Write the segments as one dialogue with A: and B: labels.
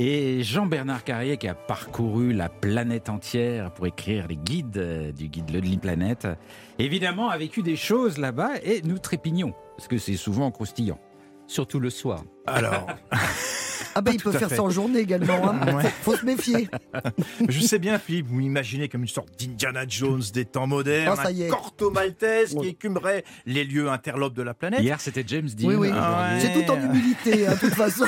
A: Et Jean-Bernard Carrier qui a parcouru la planète entière pour écrire les guides euh, du guide Lonely Planet, évidemment a vécu des choses là-bas et nous trépignons, parce que c'est souvent croustillant.
B: Surtout le soir.
C: Alors,
D: Ah ben il peut
C: à
D: faire
C: fait.
D: ça en journée également. hein. Faut se méfier.
C: je sais bien, Philippe, vous m'imaginez comme une sorte d'Indiana Jones des temps modernes,
D: Ah, ça y est.
C: un corto maltese
D: Ouais.
C: qui écumerait les lieux interlopes de la planète.
A: Hier c'était James Dean.
D: Oui, oui.
C: Ah
A: aujourd'hui-
D: C'est tout en humilité, hein, de toute façon.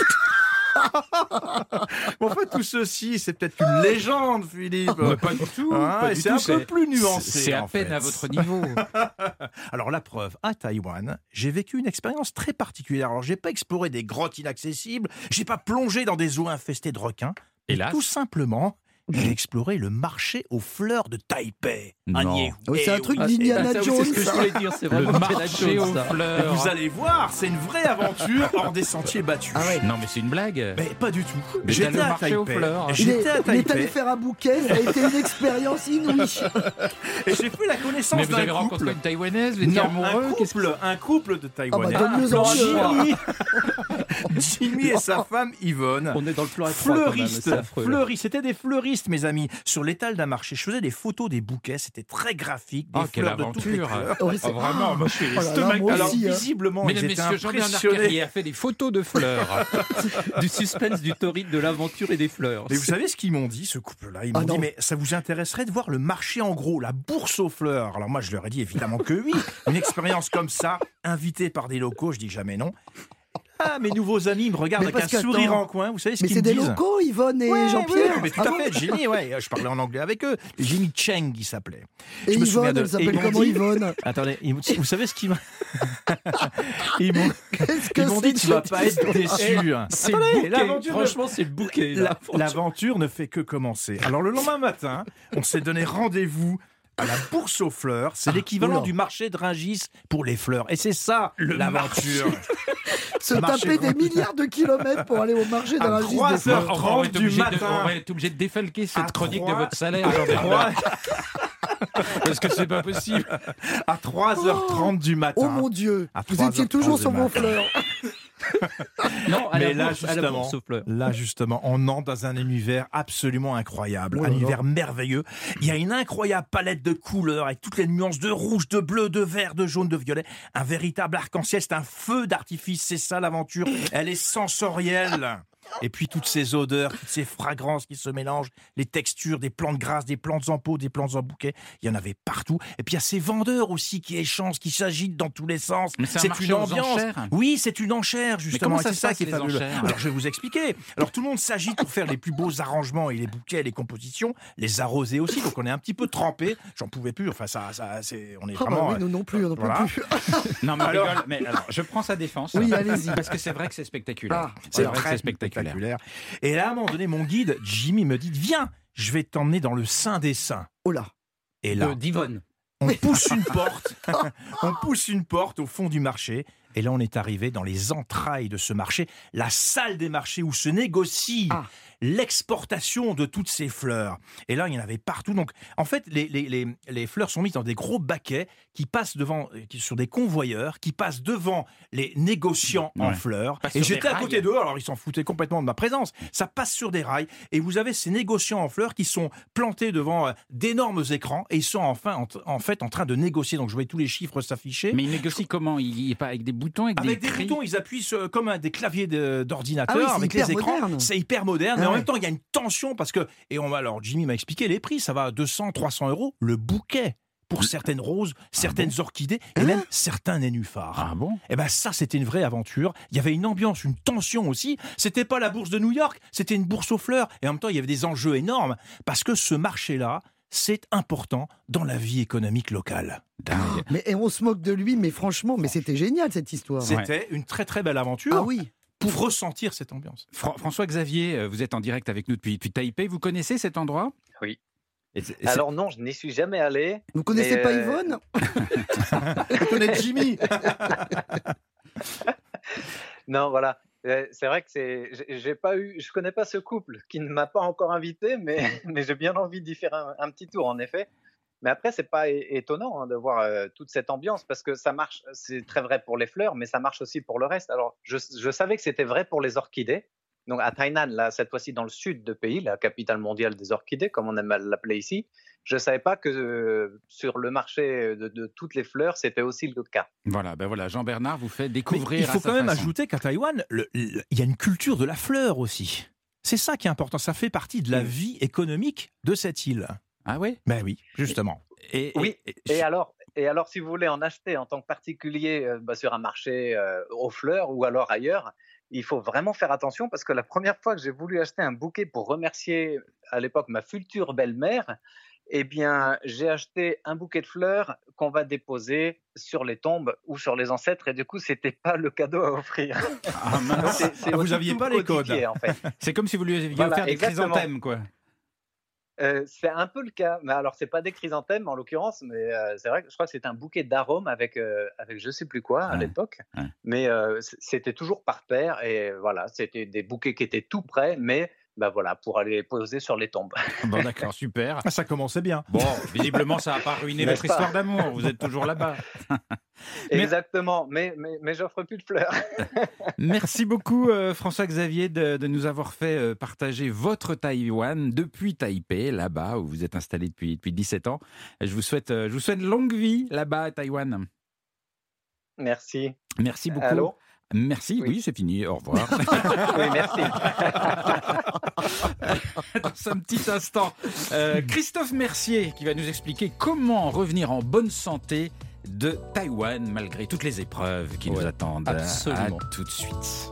C: Bon, enfin, tout ceci, c'est peut-être une
D: Ah.
C: légende, Philippe.
A: Mais Ah pas du tout.
C: Hein,
A: pas
C: et
A: du
C: c'est
A: tout,
C: un peu plus nuancé.
A: C'est à
C: en
A: peine
C: fait.
A: à votre niveau.
C: Alors la preuve, à Taïwan, j'ai vécu une expérience très particulière. Alors j'ai pas exploré des grottes inaccessibles, j'ai pas plongé dans des eaux infestées de requins.
A: Et là,
C: Tout simplement, j'ai exploré le marché aux fleurs de Taipei. Ah,
A: Non.
C: nié.
D: Oui, c'est
C: Eh
D: un truc
C: oui.
D: d'Indiana
C: Eh ben,
B: ça, oui,
D: Jones,
B: C'est ce que je
D: ça.
B: voulais dire, c'est
A: le
B: vraiment Indiana
A: marché
B: Jones,
A: aux
B: ça.
C: Et
A: fleurs.
C: Vous allez voir, c'est une vraie aventure hors des sentiers battus.
D: Ah ouais.
A: Non mais c'est une blague.
C: Mais pas du tout.
A: Mais
C: J'étais
A: t'as le
C: à
A: marché aux
C: Taipei.
A: fleurs.
D: Il est,
C: J'étais à
D: il est allé
C: Taipei
D: faire un bouquet, ça a été une expérience inouïe.
C: et j'ai fait la connaissance
A: Mais vous
C: d'un
A: avez
C: couple.
A: rencontré une Taïwanaise, vous étiez
C: Non,
A: amoureux.
C: un
A: qu'est-ce que-
C: couple, un couple de Taïwanais.
D: Ah, bah, donne-nous envie,
C: Jimmy, Jimmy et sa femme Yvonne.
B: On est dans le plan à trois, quand même,
C: Fleuristes,
B: c'est affreux. là.
C: fleuristes, c'était des fleuristes, mes amis, sur l'étal d'un marché. Je faisais des photos des bouquets, c'était très graphique, des
A: Oh, quelle
C: fleurs de toutes les
A: aventure
C: couleurs.
D: Ouais, c'est-
A: Ah, Vraiment, moi je suis
D: Oh là là, moi
C: Alors
D: aussi, hein.
C: visiblement, ils
A: Mesdames,
C: étaient
A: Messieurs, Jean-Bernard
C: impressionnés.
A: Carrier a fait des photos de fleurs.
B: Du suspense, du torride, de l'aventure et des fleurs.
C: Mais vous savez ce qu'ils m'ont dit, ce couple-là Ils
D: Ah
C: m'ont dit,
D: non.
C: mais ça vous intéresserait de voir le marché en gros, la bourse aux fleurs Alors moi, je leur ai dit évidemment que oui. Une expérience comme ça, invitée par des locaux, je dis jamais non. Ah, mes nouveaux amis me regardent
D: Mais
C: avec un
D: parce que,
C: sourire
D: attends,
C: en coin. Vous savez ce
D: Mais
C: qu'ils
D: c'est
C: me
D: des
C: disent
D: locaux, Yvonne et
C: Ouais,
D: Jean-Pierre.
C: ouais, mais tout
D: Ah
C: à
D: bon
C: fait, Jimmy, ouais, je parlais en anglais avec eux. Jimmy Cheng, il s'appelait.
D: Et
C: je me souviens
D: Yvonne,
C: de-
D: elle
C: et ils
D: s'appelle
C: m'ont
D: comment
C: dit-
D: Yvonne
C: Attendez, ils m'ont- vous savez ce qu'ils m'a. ils m'ont
D: Qu'est-ce que
C: ils m'ont
D: c'est
C: dit, tu
D: que
C: vas
D: cette
C: pas être déçu. hein.
B: C'est le
C: Attendez,
B: bouquet,
C: l'aventure ne
B: Franchement, c'est le bouquet.
C: La-
B: l'aventure.
C: L'aventure ne fait que commencer. Alors le lendemain matin, on s'est donné rendez-vous à la bourse aux fleurs. C'est l'équivalent
D: Ah, oula.
C: du marché de Rungis pour les fleurs. Et c'est ça l'aventure.
D: se
C: marché
D: taper
C: grand.
D: des milliards de kilomètres pour aller au marché
C: À
D: dans la liste
C: trois
D: des
C: heures.
D: fleurs.
A: Alors, on va être
C: 30
A: obligé
C: du
A: de-
C: matin.
A: on va être obligé de défalquer cette
C: À
A: chronique
C: Ah, trois-
A: de votre salaire,
C: À
A: Jean-Bernard,
C: trois-
A: parce que c'est pas possible.
C: à 3h30 du
D: Oh
C: matin.
D: mon Dieu,
C: À
D: vous
C: trois
D: étiez
C: heures
D: toujours
C: trente
D: sur
C: du
D: vos
C: matin.
D: fleurs. Ah,
B: Non, à
C: Mais
B: la
C: là,
B: bourse, à la
C: justement,
B: bourse aux fleurs.
C: Là, justement, on entre dans un univers absolument incroyable,
D: Oh là
C: un
D: là.
C: univers merveilleux. Il y a une incroyable palette de couleurs avec toutes les nuances de rouge, de bleu, de vert, de jaune, de violet. Un véritable arc-en-ciel, c'est un feu d'artifice, c'est ça l'aventure. Elle est sensorielle. Et puis toutes ces odeurs, toutes ces fragrances qui se mélangent, les textures des plantes grasses, des plantes en pot, des plantes en bouquet, il y en avait partout. Et puis il y a ces vendeurs aussi qui échangent, qui s'agitent dans tous les sens.
A: Mais c'est un marché
C: une
A: aux
C: ambiance.
A: enchères.
C: Oui, c'est une enchère justement.
A: comment
C: et
A: ça
C: c'est
A: se
C: ça
A: passe,
C: qui est
A: les
C: fabuleux.
A: enchères
C: Alors je vais vous expliquer. Alors tout le monde s'agite pour faire les plus beaux arrangements et les bouquets, les compositions, les arroser aussi. Donc on est un petit peu trempé. J'en pouvais plus. Enfin ça, ça c'est, on est
A: Oh,
D: Ah bah
C: vraiment.
D: oui, nous non plus, on n'en peut
C: Voilà.
D: plus.
A: Non, mais,
C: Alors-
A: rigole, mais alors, je prends sa défense.
D: Oui, allez-y.
A: Parce que c'est vrai que c'est spectaculaire.
D: Ah,
A: c'est
C: C'est
A: vrai que
C: très
A: c'est spectaculaire.
C: spectaculaire. Et là, à un moment donné, mon guide Jimmy me dit "Viens, je vais t'emmener dans le sein des saints."
D: Oh là,
C: Et
A: Euh,
C: là,
B: De Divonne.
C: on pousse une porte. on pousse une porte au fond du marché. Et là, on est arrivé dans les entrailles de ce marché, la salle des marchés où se négocie
D: Ah.
C: l'exportation de toutes ces fleurs. Et là, il y en avait partout. Donc, en fait, les, les- les- les fleurs sont mises dans des gros baquets qui passent devant, euh, qui- sur des convoyeurs, qui passent devant les négociants en
A: Ouais.
C: fleurs.
A: Passe
C: Et
A: sur des
C: j'étais à côté
A: rails.
C: d'eux, alors ils s'en foutaient complètement de ma présence. Ça passe sur des rails. Et vous avez ces négociants en fleurs qui sont plantés devant euh, d'énormes écrans et ils sont enfin, en, en fait en train de négocier. Donc, je voyais tous les chiffres s'afficher.
A: Mais il négocie comment Il est pas avec des boutons, avec,
C: Avec des,
A: cris
C: boutons, ils appuient sur- comme un des claviers de- d'ordinateur,
D: Ah oui, c'est
C: avec
D: hyper
C: les écrans.
D: moderne.
C: C'est hyper moderne.
D: Ah
C: mais en
D: ouais.
C: même temps, il y a une tension parce que. Et on, va- alors, Jimmy m'a expliqué les prix. Ça va à 200, 300 euros le bouquet pour certaines roses, certaines orchidées et
D: Hein
C: même certains nénuphars.
A: Ah bon
C: Eh ben ça, c'était une vraie aventure. Il y avait une ambiance, une tension aussi. C'était pas la bourse de New York, c'était une bourse aux fleurs. Et en même temps, il y avait des enjeux énormes parce que ce marché-là, c'est important dans la vie économique locale.
A: Dingue.
D: mais et on se moque de lui, mais franchement, mais c'était génial cette histoire.
C: C'était une très très belle aventure
D: Ah oui,
C: pour ressentir cette ambiance.
A: Fran- François Xavier, euh, vous êtes en direct avec nous depuis, depuis Taipei. Vous connaissez cet endroit
E: Oui.
A: Et c'est- c'est-
E: Alors non, je n'y suis jamais allé.
D: vous connaissez
E: Mais,
D: pas
E: euh,
D: Yvonne
C: Vous connaissez Jimmy
E: Non, voilà. Euh, C'est vrai que c'est, j'ai- j'ai pas eu, je connais pas ce couple qui ne m'a pas encore invité, mais, mais j'ai bien envie d'y faire un, un petit tour en effet. Mais après, c'est pas é- étonnant hein, de voir euh, toute cette ambiance parce que ça marche, c'est très vrai pour les fleurs, mais ça marche aussi pour le reste. Alors, je, je savais que c'était vrai pour les orchidées, donc à Tainan, là, cette fois-ci dans le sud de pays, la capitale mondiale des orchidées, comme on aime à l'appeler ici, je ne savais pas que euh, sur le marché de, de toutes les fleurs, c'était aussi le cas.
A: Voilà, ben voilà, Jean-Bernard vous fait
C: Mais
A: découvrir.
C: il
A: à
C: faut
A: sa
C: quand même
A: façon.
C: ajouter qu'à Taïwan, le- le- il y a une culture de la fleur aussi. C'est ça qui est important. Ça fait partie de la
E: Mm.
C: vie économique de cette île.
A: Ah oui
C: Ben oui, justement.
A: et,
E: Oui,
A: et-
E: Et alors, et alors, si vous voulez en acheter en tant que particulier euh, bah, sur un marché euh, aux fleurs ou alors ailleurs, il faut vraiment faire attention parce que la première fois que j'ai voulu acheter un bouquet pour remercier à l'époque ma future belle-mère, eh bien, j'ai acheté un bouquet de fleurs qu'on va déposer sur les tombes ou sur les ancêtres et du coup, c'était pas le cadeau à offrir.
A: Ah, mince.
E: C'est- c'est
C: Ah, vous
E: aussi
C: aviez
E: tout
C: pas les codes.
E: codifié, en fait.
A: C'est comme si vous lui aviez
E: Voilà,
A: offert des
E: exactement.
A: chrysanthèmes, quoi.
E: Euh, c'est un peu le cas. Mais alors, c'est pas des chrysanthèmes en l'occurrence, mais euh, c'est vrai que je crois que c'était un bouquet d'arômes avec, euh, avec je sais plus quoi à
A: Ouais,
E: l'époque.
A: ouais.
E: Mais euh, c- c'était toujours par paire et euh, voilà, c'était des bouquets qui étaient tout prêts, mais bah voilà, pour aller les poser sur les tombes.
A: Bon, d'accord, super.
C: Ah, ça commençait bien.
A: Bon, visiblement, ça n'a pas ruiné
E: N'est-ce
A: votre
E: pas
A: histoire d'amour. Vous êtes toujours là-bas. Mais-
E: Exactement. Mais, mais, mais j'offre plus de fleurs.
A: Merci beaucoup, euh, François-Xavier, de, de nous avoir fait euh, partager votre Taïwan depuis Taipei, là-bas, où vous êtes installé depuis, depuis 17 ans. Je vous souhaite, euh, je vous souhaite longue vie là-bas à Taïwan.
E: Merci.
A: Merci beaucoup.
E: Allô
A: Merci, oui,
E: Oui.
A: c'est fini. Au revoir. Ah,
E: Oui, merci.
A: Dans un petit instant, euh, Christophe Mercier qui va nous expliquer comment revenir en bonne santé de Taïwan malgré toutes les épreuves qui nous
B: Ouais,
A: attendent. À
B: absolument.
A: tout de suite.